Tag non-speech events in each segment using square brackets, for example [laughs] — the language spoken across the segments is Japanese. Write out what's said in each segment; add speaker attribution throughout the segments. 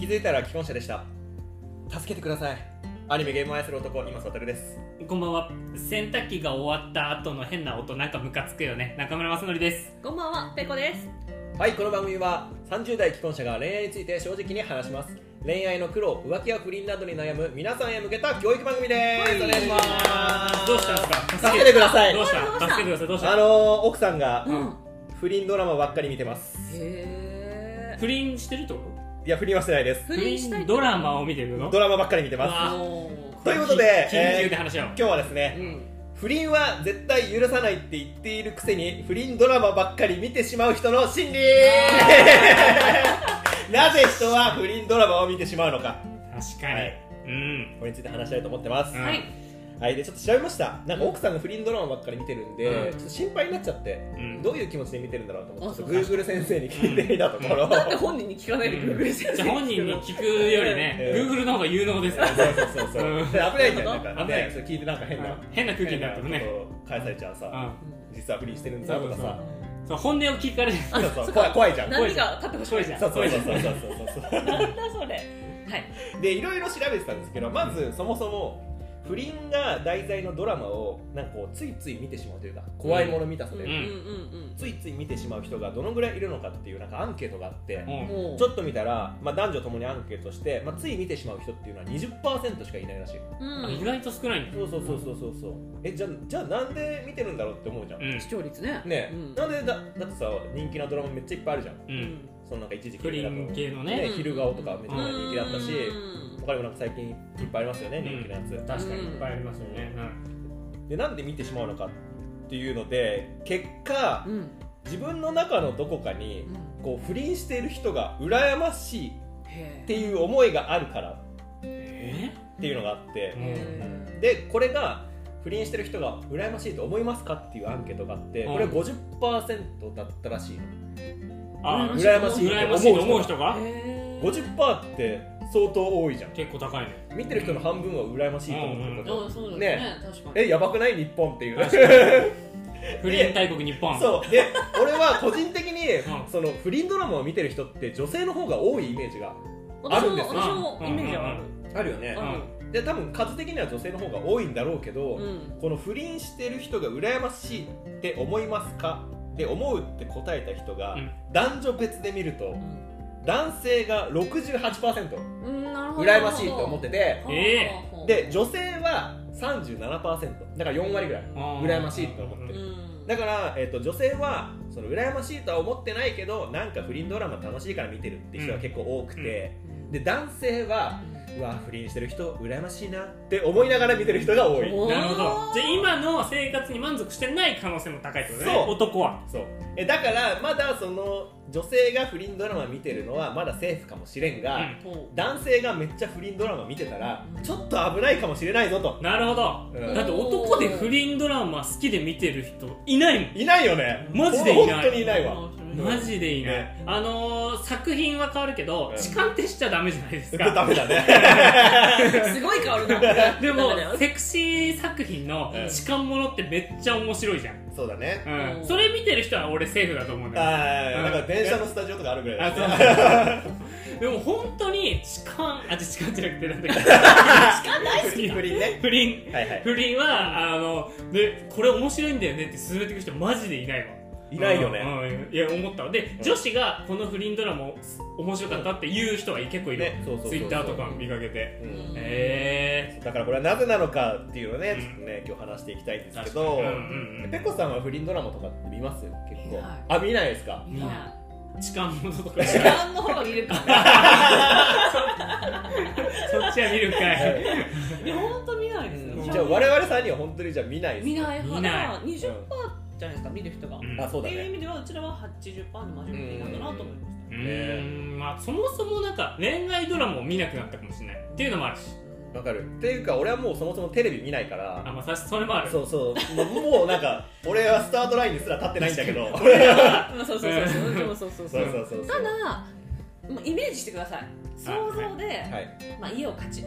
Speaker 1: 気づいたら既婚者でした助けてくださいアニメゲームを愛する男今悟です
Speaker 2: こんばんは洗濯機が終わった後の変な音なんかムカつくよね中村正則です
Speaker 3: こんばんは、ペコです。
Speaker 1: はいこの番組は30代既婚者が恋愛について正直に話します恋愛の苦労浮気や不倫などに悩む皆さんへ向けた教育番組です、お願いします
Speaker 2: どうしたんですか
Speaker 1: 助けてください
Speaker 2: どうした
Speaker 3: どうした
Speaker 2: 助けてくださいどうした
Speaker 1: あのー奥さんが
Speaker 3: うん。
Speaker 1: 不倫ドラマばっかり見てます
Speaker 3: へえ。
Speaker 2: 不倫してるってこ
Speaker 1: いや不倫はしてないです
Speaker 2: と
Speaker 3: 不倫したいって
Speaker 2: ドラマを見てるの
Speaker 1: ドラマばっかり見てます
Speaker 2: あ
Speaker 3: おー
Speaker 1: ということで
Speaker 2: 緊急で話し合おう、
Speaker 1: 今日はですね
Speaker 3: うん。
Speaker 1: 不倫は絶対許さないって言っているくせに不倫ドラマばっかり見てしまう人の
Speaker 2: [laughs]
Speaker 1: 心理なぜ人は不倫ドラマを見てしまうのか
Speaker 2: 確かに、
Speaker 1: はい
Speaker 2: うん
Speaker 1: これについて話したいと思ってます、
Speaker 2: うん
Speaker 3: はい。
Speaker 1: はいでちょっと調べましたなんか奥さんが不倫ドラマばっかり見てるんで、
Speaker 2: うん
Speaker 1: ちょっと心配になっちゃって、
Speaker 2: うん
Speaker 1: どういう気持ちで見てるんだろうと思ってちょっと
Speaker 3: あ
Speaker 1: Google 先生に聞いてみたところ、
Speaker 3: だって本人に聞かないでくれる
Speaker 2: じゃあ本人に聞くよりね、
Speaker 1: うん
Speaker 2: Google の方が有能ですか
Speaker 1: そ
Speaker 2: ら
Speaker 1: う
Speaker 2: ね、
Speaker 1: そうそうそう、
Speaker 2: う
Speaker 1: で
Speaker 2: ん
Speaker 1: 危ないじゃんなんか
Speaker 2: 危ない
Speaker 1: ねそれ聞いてなんか変な、
Speaker 2: うん変な空気になってもね、
Speaker 1: こと返されちゃうさ、
Speaker 2: うん
Speaker 1: 実は不倫してるんだとかさ
Speaker 2: その本音を聞かれる
Speaker 1: そうそう怖い怖いじゃん
Speaker 3: 何が勝ってほし
Speaker 2: そうじ
Speaker 3: い
Speaker 2: ゃん
Speaker 1: そうそうそうそうそうそう
Speaker 3: なんだそれ。はい。
Speaker 1: でいろいろ調べてたんですけどまずそもそも不倫が題材のドラマをなんかこうついつい見てしまうというか怖いもの見たさで、
Speaker 3: うんうん
Speaker 1: ついつい見てしまう人がどのぐらいいるのかっていうなんかアンケートがあって、
Speaker 2: うん
Speaker 3: うんうん。もう。
Speaker 1: ちょっと見たら、まあ、男女ともにアンケートして、まあ、つい見てしまう人っていうのは20%しかいないらしい
Speaker 3: うん
Speaker 2: あ意外と少ないんだ
Speaker 1: そうそうそうそうそうそうえじゃあじゃあなんで見てるんだろうって思うじゃん、
Speaker 2: うん
Speaker 3: 視聴率ね。
Speaker 1: ねえ、
Speaker 3: うん
Speaker 1: なんでだだってさ人気なドラマめっちゃいっぱいあるじゃん
Speaker 2: う
Speaker 3: うん
Speaker 2: ん
Speaker 1: そのなんか一時期
Speaker 2: 不倫系のね
Speaker 1: ね昼顔とかめちゃめちゃ人気だったし
Speaker 3: うん
Speaker 1: 他にもなんか最近いっぱいありますよね人気のやつ、
Speaker 2: 確かにいっぱいありますよね、うん
Speaker 1: でなんで見てしまうのかっていうので結果
Speaker 3: うん。
Speaker 1: 自分の中のどこかに
Speaker 3: うん
Speaker 1: こう不倫している人が羨ましい
Speaker 3: へ
Speaker 1: って
Speaker 3: え。
Speaker 1: いう思いがあるから
Speaker 2: え
Speaker 1: っていうのがあって、
Speaker 3: へえ
Speaker 1: でこれが不倫してる人が羨ましいと思いますかっていうアンケートがあってこれ
Speaker 2: うん
Speaker 1: 50%だったらしいの
Speaker 2: あ
Speaker 1: 羨ましい
Speaker 2: 羨ま
Speaker 1: っ
Speaker 2: しい
Speaker 1: て
Speaker 2: と
Speaker 1: 思
Speaker 2: 思
Speaker 1: う
Speaker 2: う
Speaker 1: 人
Speaker 2: 人
Speaker 1: が
Speaker 2: が
Speaker 3: へえ。
Speaker 1: 50%って相当多いじゃん
Speaker 2: 結構高いね
Speaker 1: 見てる人の半分は羨ましいと思ってること、
Speaker 3: あそうだ
Speaker 1: ね
Speaker 3: ね。確かに。
Speaker 1: えやばくない日本っていう
Speaker 2: 確不倫大国日本
Speaker 1: そうで俺は個人的に、
Speaker 2: うん
Speaker 1: その不倫ドラマを見てる人って女性の方が多いイメージがあ
Speaker 3: 私
Speaker 1: るん
Speaker 3: も
Speaker 1: ですよ
Speaker 3: 私もイメージはある。
Speaker 1: あるよね
Speaker 3: あ
Speaker 1: で多分数的には女性の方が多いんだろうけど、
Speaker 3: る。うん。
Speaker 1: この不倫してる人が羨ましいって思いますかって思うって答えた人が、
Speaker 2: うん
Speaker 1: 男女別で見ると男性が68%
Speaker 3: うん。なるほど。
Speaker 1: 羨ましいと思ってて
Speaker 2: え
Speaker 3: え
Speaker 1: で女性は37%だから4割ぐらい羨ましいと思って
Speaker 3: う
Speaker 1: る
Speaker 3: ん。
Speaker 1: だから、えっと女性はその羨ましいとは思ってないけどなんか不倫ドラマ楽しいから見てるって人が結構多くて、で男性はうわ不倫してる人羨ましいなって思いながら見てる人が多い
Speaker 2: なるほどじゃあ今の生活に満足してない可能性も高いってことね
Speaker 1: そう
Speaker 2: 男は
Speaker 1: そうえだからまだその女性が不倫ドラマ見てるのはまだセーフかもしれんが、
Speaker 2: うん
Speaker 3: ほ
Speaker 1: 男性がめっちゃ不倫ドラマ見てたらちょっと危ないかもしれないぞと、
Speaker 2: なるほど
Speaker 1: う
Speaker 2: だっ
Speaker 1: ん、
Speaker 2: て男で不倫ドラマ好きで見てる人いないもん
Speaker 1: いないよね
Speaker 2: マジでいない
Speaker 1: 本当にいないわ
Speaker 3: う
Speaker 2: マジでいない、
Speaker 1: ね
Speaker 2: あのー、作品は変わるけど
Speaker 1: うん
Speaker 2: 痴漢ってしちゃダメじゃないです
Speaker 1: ダ
Speaker 2: か
Speaker 1: メだね
Speaker 3: すごい変わるな
Speaker 2: で
Speaker 3: ダ
Speaker 2: も
Speaker 3: メだよ
Speaker 2: セクシー作品の
Speaker 1: うん
Speaker 2: 痴漢ものってめっちゃ面白いじゃん、
Speaker 1: そうだね
Speaker 2: うん
Speaker 3: うん
Speaker 2: それ見てる人は俺セーフだと思うんだよ
Speaker 1: あ
Speaker 2: う
Speaker 1: あ
Speaker 2: ん
Speaker 1: なんか電車のスタジオとかあるぐら
Speaker 2: あ
Speaker 1: い
Speaker 2: そ
Speaker 1: だ
Speaker 2: う
Speaker 1: ね
Speaker 2: [laughs] でも本当に痴漢あ痴漢じゃなくてなんだっけ
Speaker 1: [laughs] 不倫不倫
Speaker 3: [laughs]
Speaker 1: ね
Speaker 2: 不倫
Speaker 1: はいはい
Speaker 2: 不倫はあの、ね、これ面白いんだよねって勧めてくる人マジでい [laughs] ないわ
Speaker 1: いないよね、
Speaker 2: うんうんいや思ったわで、
Speaker 1: うん
Speaker 2: 女子がこの不倫ドラマ面白かったって言う人は結構いる、
Speaker 1: ねそうそうそうそう
Speaker 2: ツイッターとか見かけて
Speaker 1: うん
Speaker 3: ん
Speaker 2: へえ
Speaker 1: だからこれはなぜなのかっていうのをね、
Speaker 2: うん
Speaker 1: ちょっとね今日話していきたいんですけ
Speaker 2: 確か
Speaker 1: ど、
Speaker 2: にうんうんうん
Speaker 1: ペコさんは不倫ドラマとかって見ます結構
Speaker 3: 見ない
Speaker 1: あ見ないですか
Speaker 3: いや
Speaker 2: 痴漢ものとか
Speaker 3: 時
Speaker 2: そ
Speaker 3: 間の方が見るから
Speaker 2: っちは見るか
Speaker 1: [laughs]
Speaker 2: い
Speaker 3: いやほんと見ないです
Speaker 2: う
Speaker 3: よ
Speaker 2: ん
Speaker 1: じゃあ我々さんには本当にじゃあ見ないです
Speaker 3: 見ない
Speaker 2: 見
Speaker 3: 派
Speaker 2: ない
Speaker 3: だ20%じ
Speaker 1: う
Speaker 3: ゃないですか見る人がっ
Speaker 2: うん
Speaker 1: んあそう
Speaker 3: て
Speaker 1: だ
Speaker 3: いう意
Speaker 1: ね
Speaker 3: 味ではうちらは80%の真面目なんだなと思いまし
Speaker 2: うーんまあそもそもなんか恋愛ドラマを見なくなったかもしれないっていうのもあるし
Speaker 1: わかるっていうか俺はもうそもそもテレビ見ないか
Speaker 2: あ
Speaker 1: ら
Speaker 2: まあさそれもある
Speaker 1: そうそうもうもうなんか俺はスタートラインにすら立ってないんだけど
Speaker 3: たうんそうそうそうそうでもそうそうそ
Speaker 1: [laughs] そううそうそうそ
Speaker 3: た
Speaker 1: う
Speaker 3: だもうイメージしてください想像で
Speaker 1: はい
Speaker 3: まあ家を買ちか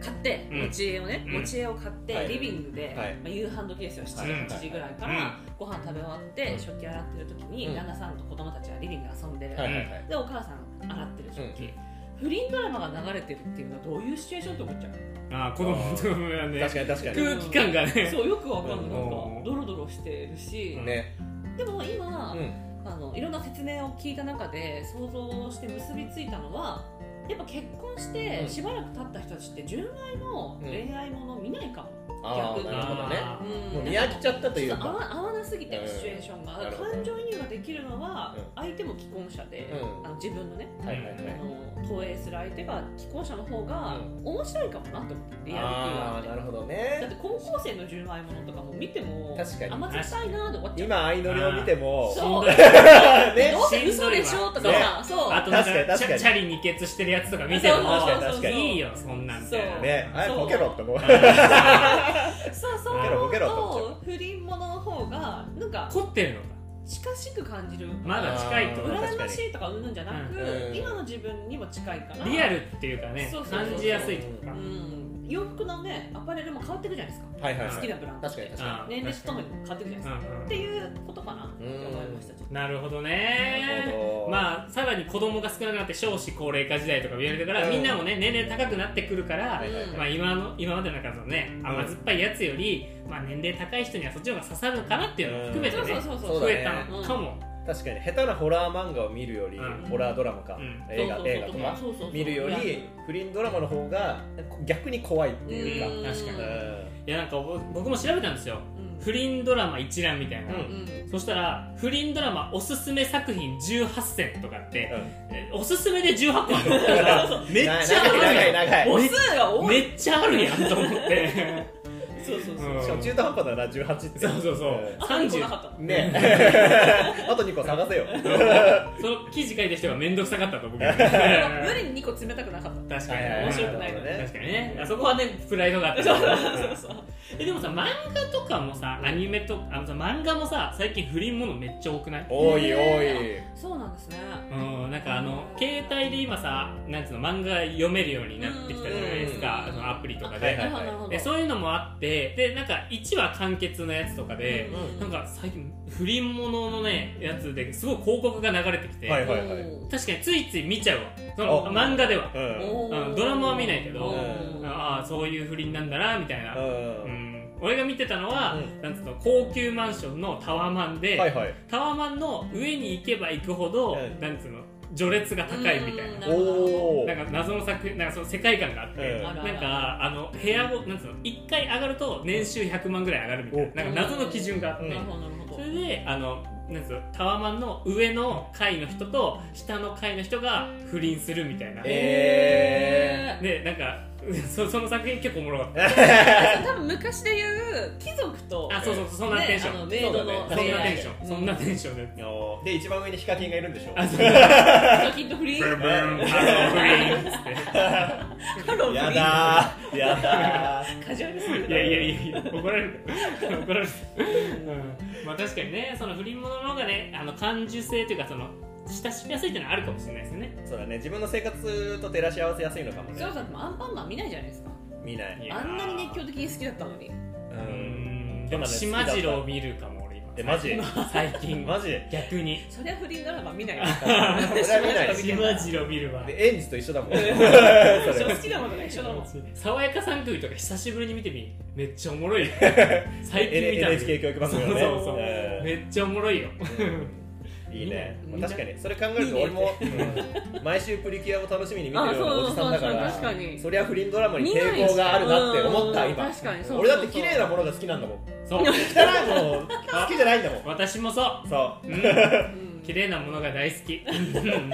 Speaker 3: 買って
Speaker 2: うん
Speaker 3: 持ち家をね
Speaker 2: うん
Speaker 3: 持ち家を買っ
Speaker 1: はい
Speaker 3: てリビングで
Speaker 1: はい
Speaker 3: まあ夕飯時ですよ
Speaker 1: はい
Speaker 3: 7時8時ぐらいからご飯食べ終わって食器洗ってる時
Speaker 1: うん
Speaker 3: に旦那さんと子供たちがリビングで遊んでる
Speaker 1: はいはいはい
Speaker 3: でお母さん洗ってる食器、不倫ドラマが流れてるっていうのはどういうシチュエーションと思っちゃう
Speaker 2: [laughs] あー子供とはね
Speaker 1: 確かに確かに
Speaker 2: 空気感がね
Speaker 3: そうよくわかんないなんか
Speaker 2: うん
Speaker 3: ドロドロしてるし、
Speaker 1: ね
Speaker 3: でも今、
Speaker 1: うん
Speaker 3: あのいろんな説明を聞いた中で想像して結びついたのはやっぱ結婚し
Speaker 1: う
Speaker 3: て
Speaker 1: ん
Speaker 3: しばらく経った人たちって純愛の恋愛もの見ないかも、
Speaker 1: ああ
Speaker 3: 逆
Speaker 1: な
Speaker 3: に
Speaker 1: るほどね
Speaker 2: あー
Speaker 3: うん
Speaker 1: もう見飽きちゃったと
Speaker 3: ち
Speaker 1: い
Speaker 3: ょ
Speaker 1: う
Speaker 3: っと合
Speaker 1: か
Speaker 3: わ合わなすぎてるシチュエーションが、
Speaker 1: うんなるほど
Speaker 3: 感情移入ができるのは、
Speaker 1: うん
Speaker 3: 相手も既婚者で、
Speaker 1: うん
Speaker 3: あの自分のね、
Speaker 1: はいはいはい
Speaker 3: あの投影する相手が既婚者の方が
Speaker 1: うん
Speaker 3: 面白いかもなって思ってリアリティがあ
Speaker 1: あ
Speaker 3: っ
Speaker 1: あ
Speaker 3: て
Speaker 1: なるほど
Speaker 3: だっ
Speaker 1: ね
Speaker 3: て高校生の純愛ものとかも見ても
Speaker 1: 確かに
Speaker 3: あましたいなーで終わっちゃう
Speaker 1: 今相乗りを見ても
Speaker 3: そう
Speaker 2: しんどい
Speaker 1: [laughs] ね
Speaker 3: どうせ嘘でしょとかさ、そう
Speaker 2: あとなんか
Speaker 1: 確かに確
Speaker 2: チ
Speaker 1: か
Speaker 2: ャ
Speaker 1: に
Speaker 2: チャリ二欠してるやつとか見ても
Speaker 3: そう
Speaker 1: 確かに確かに
Speaker 2: いいよそんなんみたいな
Speaker 3: そう
Speaker 1: ねあれ
Speaker 3: そう
Speaker 1: ボケろって思う
Speaker 3: そうそう
Speaker 2: ボケ
Speaker 1: ろ
Speaker 3: 思
Speaker 1: ボケ
Speaker 3: う
Speaker 1: ろと思
Speaker 3: と不倫ものの方がなんか
Speaker 2: 凝ってるのか
Speaker 3: 近しく感じる
Speaker 2: まだ近いと
Speaker 1: あー
Speaker 3: 羨ましいとかうんぬんじゃなく、
Speaker 1: うん
Speaker 3: 今の自分にも近いから
Speaker 2: リアルっていうかね
Speaker 3: そうそうそう
Speaker 2: 感じやすいとか
Speaker 3: うん、洋服のねアパレルも変わってくじゃないですか、
Speaker 1: はいはい
Speaker 2: うん
Speaker 3: 好
Speaker 1: は
Speaker 3: き
Speaker 1: い
Speaker 3: なブランドっ
Speaker 1: 確かに
Speaker 3: て
Speaker 1: 確か
Speaker 2: うん
Speaker 3: 年齢とともに変わってくじゃないですか、
Speaker 2: うんうん
Speaker 3: っていうことかなって思いましたちょっと
Speaker 2: なるほど
Speaker 1: になる
Speaker 2: ね
Speaker 1: ほど
Speaker 2: まあさらに子供が少なくなって少子高齢化時代とか言われてから
Speaker 1: うん
Speaker 2: みんなもね年齢高くなってくるから
Speaker 1: はいはいはい
Speaker 2: まあ今の今までの中のね甘酸っぱいやつよりまあ年齢高い人にはそっちの方が刺さるかなっていうのも含めて
Speaker 3: そう
Speaker 2: ね
Speaker 3: そうそう
Speaker 1: そ
Speaker 3: そうう
Speaker 1: だ
Speaker 2: 増
Speaker 1: ね
Speaker 2: えたのかも
Speaker 1: 確かに下手なホラー漫画を見るより、
Speaker 2: うん
Speaker 1: ホラードラマか、
Speaker 2: うん
Speaker 1: 映画
Speaker 3: そうそうそう
Speaker 1: 映画とか
Speaker 3: そうそうそう
Speaker 1: 見るよ
Speaker 3: リアル
Speaker 1: り不倫ドラマの方が逆に怖いっていうか、
Speaker 2: うん確かに
Speaker 1: うん
Speaker 2: いやなんかぼ僕も調べたんですよ
Speaker 3: うん
Speaker 2: 不倫ドラマ一覧みたいな、
Speaker 1: うん
Speaker 2: そしたら不倫ドラマおすすめ作品18選とかって、
Speaker 1: うん
Speaker 2: えおすすめで18個あるのだからめっちゃある
Speaker 1: 長い
Speaker 2: やん
Speaker 1: 長い
Speaker 3: うん、母数が多い
Speaker 2: めっちゃあるやんと思って、
Speaker 3: そうそうそう、
Speaker 2: うん
Speaker 1: しかも中途半端だな18って
Speaker 2: そうそうそう、
Speaker 1: う
Speaker 3: あん、な
Speaker 2: 30
Speaker 3: かったも
Speaker 2: [laughs]
Speaker 3: ん
Speaker 1: ねあと2個探せよ
Speaker 2: その記事書いた人が面倒くさかったと僕
Speaker 3: 無
Speaker 2: 確
Speaker 3: 理に2個冷たくなかった
Speaker 2: かに
Speaker 1: はい
Speaker 3: 面白くないの
Speaker 1: ね
Speaker 2: 確かにねあそこはねプライドがあったけど
Speaker 3: そうそう
Speaker 2: えでもさ漫画とかもさアニメとあのさ漫画もさ最近不倫ものめっちゃ多くない
Speaker 1: 多い多い
Speaker 3: ねそうなんですね
Speaker 2: うん、なんかあの携帯で今さなんつうの漫画読めるようになってきたじゃないですか
Speaker 1: うん
Speaker 2: そのアプリとか
Speaker 1: は
Speaker 2: で
Speaker 1: いはい
Speaker 3: なるほど
Speaker 2: でそういうのもあってでなんか1話完結のやつとかで、
Speaker 1: うん
Speaker 2: なんか最近不倫もののねやつですごい広告が流れてきて、
Speaker 1: はいはいはい
Speaker 2: 確かについつい見ちゃうわその
Speaker 1: あ
Speaker 2: 漫画では
Speaker 1: うん
Speaker 3: おー
Speaker 2: うんドラマは見ないけど
Speaker 3: うん
Speaker 2: ああそういう不倫なんだなみたいな、
Speaker 1: う
Speaker 2: うんん俺が見てたのは、
Speaker 1: うん
Speaker 2: なんつうの高級マンションのタワマンで、
Speaker 1: はいはい
Speaker 2: タワマンの上に行けば行くほど、
Speaker 1: うん
Speaker 2: なんつうの序列が高いみたい
Speaker 3: うん
Speaker 2: な
Speaker 3: なる
Speaker 1: おお
Speaker 2: なんか謎の作なんかその世界観があって、
Speaker 1: うん
Speaker 3: あらあ
Speaker 2: な
Speaker 3: ら
Speaker 2: んかあの部屋ごなんつうの1回上がると年収100万ぐらい上がるみたいな
Speaker 3: お
Speaker 2: なんか謎の基準があって、
Speaker 1: うん
Speaker 3: なるほどなるほど
Speaker 2: それであのなんつうのタワマンの上の階の人と下の階の人が不倫するみたいな、
Speaker 1: え
Speaker 2: でなんか [laughs] そその作品結構おもろかった
Speaker 3: 多分昔で言う貴族と
Speaker 2: あそうそうそうそんなテン
Speaker 3: ね
Speaker 2: シ
Speaker 3: あ
Speaker 2: ョン、
Speaker 3: のメイドの
Speaker 1: そうだ
Speaker 2: そ
Speaker 1: ね
Speaker 2: んなテン
Speaker 3: 恋
Speaker 2: ション、
Speaker 3: 愛
Speaker 2: そんなテンションで
Speaker 1: ーおーで一番上にヒカキンがいるんでしょ
Speaker 2: あそう
Speaker 3: ヒカキンと不 [laughs] 倫
Speaker 2: ブンブンあの不倫っつって
Speaker 3: ハロー
Speaker 1: や
Speaker 3: 不倫
Speaker 1: だーやだー
Speaker 3: 過剰にする
Speaker 2: [laughs] いやいやいやいや怒られる怒られる、まあ確かにねその不倫ものの方がねあの感受性というかその親しみやすいっていうのはあるかもしれないですよね
Speaker 1: そうだね自分の生活と照らし合わせやすいのかもね
Speaker 3: そうさんでもアンパンマン見ないじゃないですか
Speaker 1: 見ない
Speaker 2: いや
Speaker 3: あんなに熱狂的に好きだったのに
Speaker 1: う
Speaker 2: うんんでも島次郎見るかも俺今
Speaker 1: えマジ
Speaker 2: 最近
Speaker 1: マジ
Speaker 2: [laughs]
Speaker 1: で
Speaker 2: 逆に
Speaker 3: そりゃ不倫ドラマ見ないよ
Speaker 1: それは見ない
Speaker 2: 島次郎見るわ
Speaker 1: 園児と一緒だもんそれ
Speaker 3: 好きなものが一緒だもん
Speaker 2: 爽やか三組とか久しぶりに見てみめっちゃおも
Speaker 1: [laughs]
Speaker 2: ろいよ最近見たの
Speaker 1: NHK 教育番組のね
Speaker 2: そうそうそう
Speaker 1: うん
Speaker 2: めっちゃおもろいよ
Speaker 1: うんいいね
Speaker 2: いいね
Speaker 1: 確かにそれ考えると俺もうん毎週プリキュアを楽しみに見てるようなおじさんだか
Speaker 3: あそうそうそう確からに
Speaker 1: そりゃ不倫ドラマに抵抗があるなって思った
Speaker 3: うん
Speaker 1: 今
Speaker 3: 確かにそう
Speaker 1: 俺だって綺麗なものが好きなんだもん [laughs]
Speaker 2: そう
Speaker 1: 汚いもの好きじゃないんだもん
Speaker 2: 私もそ、
Speaker 1: そう [laughs]
Speaker 2: うん、
Speaker 3: そううん
Speaker 2: 綺麗なものが大好きうん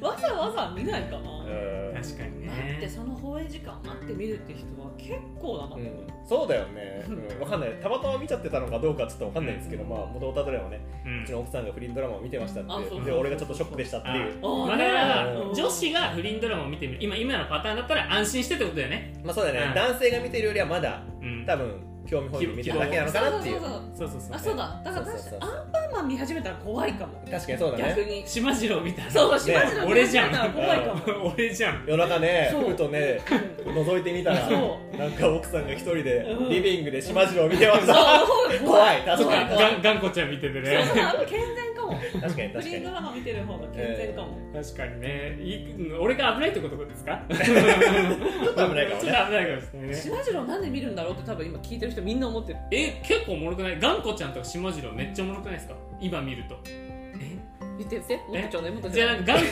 Speaker 3: わざわざ見ないかな
Speaker 1: う
Speaker 3: だ
Speaker 1: うん
Speaker 2: 確かに
Speaker 3: って
Speaker 2: ね
Speaker 3: その放映時間待って見るって人は結構だな
Speaker 1: うんそうだよねうんわかんないたまたま見ちゃってたのかどうかちょっとわかんないですけどまあ元々ドラマね
Speaker 2: う
Speaker 1: うんちの奥さんが不倫ドラマを見てましたっ
Speaker 3: あそうそう
Speaker 1: て
Speaker 3: そう
Speaker 1: で俺がちょっとショックでしたっていう
Speaker 3: あー
Speaker 2: まあだから
Speaker 1: うん
Speaker 2: 女子が不倫ドラマを見てみる今今のパターンだったら安心してってことだよね
Speaker 1: まあそうだ
Speaker 2: うん
Speaker 1: ね男性が見てるよりはまだ
Speaker 2: うん
Speaker 1: 多分興味本位で見てるだけなのかなっていう
Speaker 3: そうそうそ
Speaker 2: そうそ
Speaker 3: う
Speaker 2: うそう
Speaker 3: あそうだだから
Speaker 1: そうそうそう
Speaker 3: 確かにアンパンマン見始めたら怖いかも
Speaker 1: 確かにそうだね
Speaker 3: 逆に
Speaker 2: 島次郎見たら
Speaker 3: そうしまじの
Speaker 2: 俺じゃん
Speaker 3: 怖いかも
Speaker 2: 俺じゃん
Speaker 1: 夜中ね
Speaker 3: そう
Speaker 1: ふとね覗いてみたら
Speaker 3: そ
Speaker 1: なんか奥さんが一人で
Speaker 3: うん
Speaker 1: リビングで島次郎見てまし
Speaker 3: そう
Speaker 1: た
Speaker 3: あの方が怖い
Speaker 1: 怖い確かに
Speaker 2: がんがんこちゃん見てて
Speaker 3: そう
Speaker 2: ね
Speaker 3: そうあの健全かも
Speaker 1: 確かに
Speaker 3: 不
Speaker 1: 確か
Speaker 3: 倫
Speaker 1: に
Speaker 3: ドラマ見てる方が健全かも、
Speaker 2: 確かにねい俺が危ないってことですかちょっ
Speaker 1: ちょっと危ないかも
Speaker 2: と危
Speaker 1: ね
Speaker 2: ないかもしれないね
Speaker 3: 島次郎なんで見るんだろうって多分今聞いてる人みんな思ってる
Speaker 2: え結構おもろくない頑固ちゃんとか島次郎めっちゃおもろくないですか今見ると
Speaker 3: 言って言ってもっとちょうだいもっとち
Speaker 2: じ
Speaker 3: ょう
Speaker 2: ゃあ
Speaker 3: だ
Speaker 2: ないんか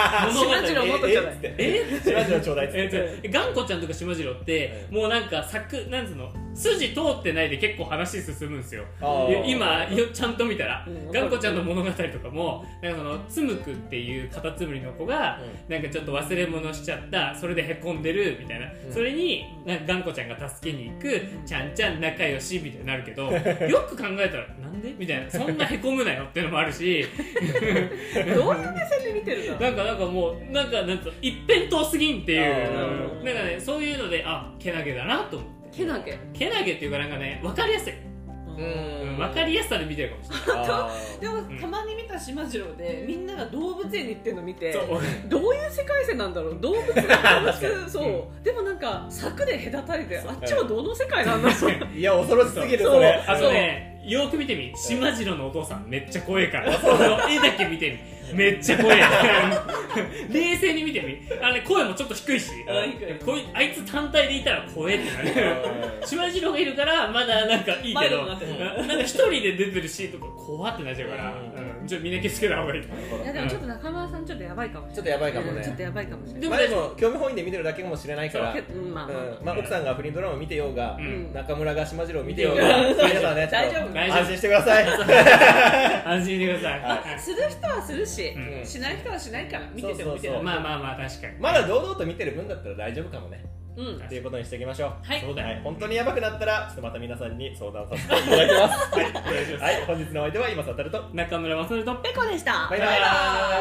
Speaker 2: 頑固ちゃんの
Speaker 3: 島次郎もっと
Speaker 1: ええっつって
Speaker 2: え
Speaker 1: 「ラジオちょうだい」っつ
Speaker 2: え
Speaker 1: って
Speaker 2: っと頑固ちゃんとか島次郎って、もうなんか作なんつうの筋通ってないで結構話進むんですよ
Speaker 1: あー
Speaker 2: 今よちゃんと見たら、
Speaker 3: うん
Speaker 2: 頑固ちゃんの物語とかもなんかそのつむくっていうカタツムリの子が、なんかちょっと忘れ物しちゃったそれでへこんでるみたいな、
Speaker 1: うん
Speaker 2: それになんか頑固ちゃんが助けに行く、ちゃんちゃん仲良しみたいになる [laughs] けどよく考えたらなんでみたいなそんなへこむなよっていうのもあるし
Speaker 3: どんな目線で見てるの
Speaker 2: なんかなんかもうなんかなんか一辺倒すぎんってい
Speaker 1: あ
Speaker 2: う
Speaker 3: ー
Speaker 2: なんかねそういうのであけなげだなと思って
Speaker 3: けなげ
Speaker 2: けなげっていうかなんかね分かりやすい、うん、分かりやすさで見てるかもしれない
Speaker 1: あ
Speaker 3: で
Speaker 1: ー
Speaker 3: も
Speaker 2: ん
Speaker 3: たまに見た島次郎でみんなが動物園に行ってるの見て
Speaker 2: そう
Speaker 3: どういう世界線なんだろ [laughs] う動物動物そううでもなんか柵で隔たれてあっちはどの世界なんだろう
Speaker 1: いや恐ろしすぎる
Speaker 3: そう
Speaker 1: それ
Speaker 2: あのねよーく見てみ島次郎のお父さんめっちゃ怖えからその絵だけ見てみめっちゃ怖え [laughs] 冷静に見てみあの、ね、声もちょっと低いし
Speaker 1: あ
Speaker 3: 低い
Speaker 2: こいあいつ単体でいたら怖えって
Speaker 1: [laughs]
Speaker 2: なる島次郎がいるからまだなんかいい
Speaker 3: マ
Speaker 2: け
Speaker 3: イ
Speaker 2: ど
Speaker 3: ルドになってる
Speaker 2: うんなんか一人で出てるシーンとか怖ってなっちゃうから、
Speaker 1: うん
Speaker 2: うん、ちょっとみんな気をつけた方がいい
Speaker 3: いやでもちょっと中村さんちょっとやばいかもしれない
Speaker 1: [laughs] ちょっとやばいかもね
Speaker 3: うんちょっとやばいかもしれない
Speaker 1: でもでも興味本位で見てるだけかもしれないから、
Speaker 3: けうんまあまあまあ
Speaker 1: うんまあ、奥さんが不倫ドラマ見てようが、
Speaker 2: うん
Speaker 1: 中村が島次郎見てようが
Speaker 2: 見て
Speaker 1: 皆
Speaker 2: ようが
Speaker 1: さんねちょっと
Speaker 3: 大丈
Speaker 2: 大丈夫
Speaker 3: 夫
Speaker 1: 安心してください
Speaker 2: 安心してください、
Speaker 1: は
Speaker 3: する人はするし、
Speaker 2: うん
Speaker 3: しない人はしないから見てても見て
Speaker 1: そうそうそう
Speaker 3: も
Speaker 2: まあまあまあ確かに、
Speaker 1: まだ堂々と見てる分だったら大丈夫かもね
Speaker 3: うん
Speaker 1: っていうことにしていきましょう
Speaker 3: はい
Speaker 2: そうだ
Speaker 1: は
Speaker 2: よ、
Speaker 1: い、本当にやばくなったらちょっとまた皆さんに相談させていた [laughs] だきますはい、はい、本日のお相手は今さたると
Speaker 2: 中村雅則と
Speaker 3: ペコでした
Speaker 1: バイバイ
Speaker 2: バイバ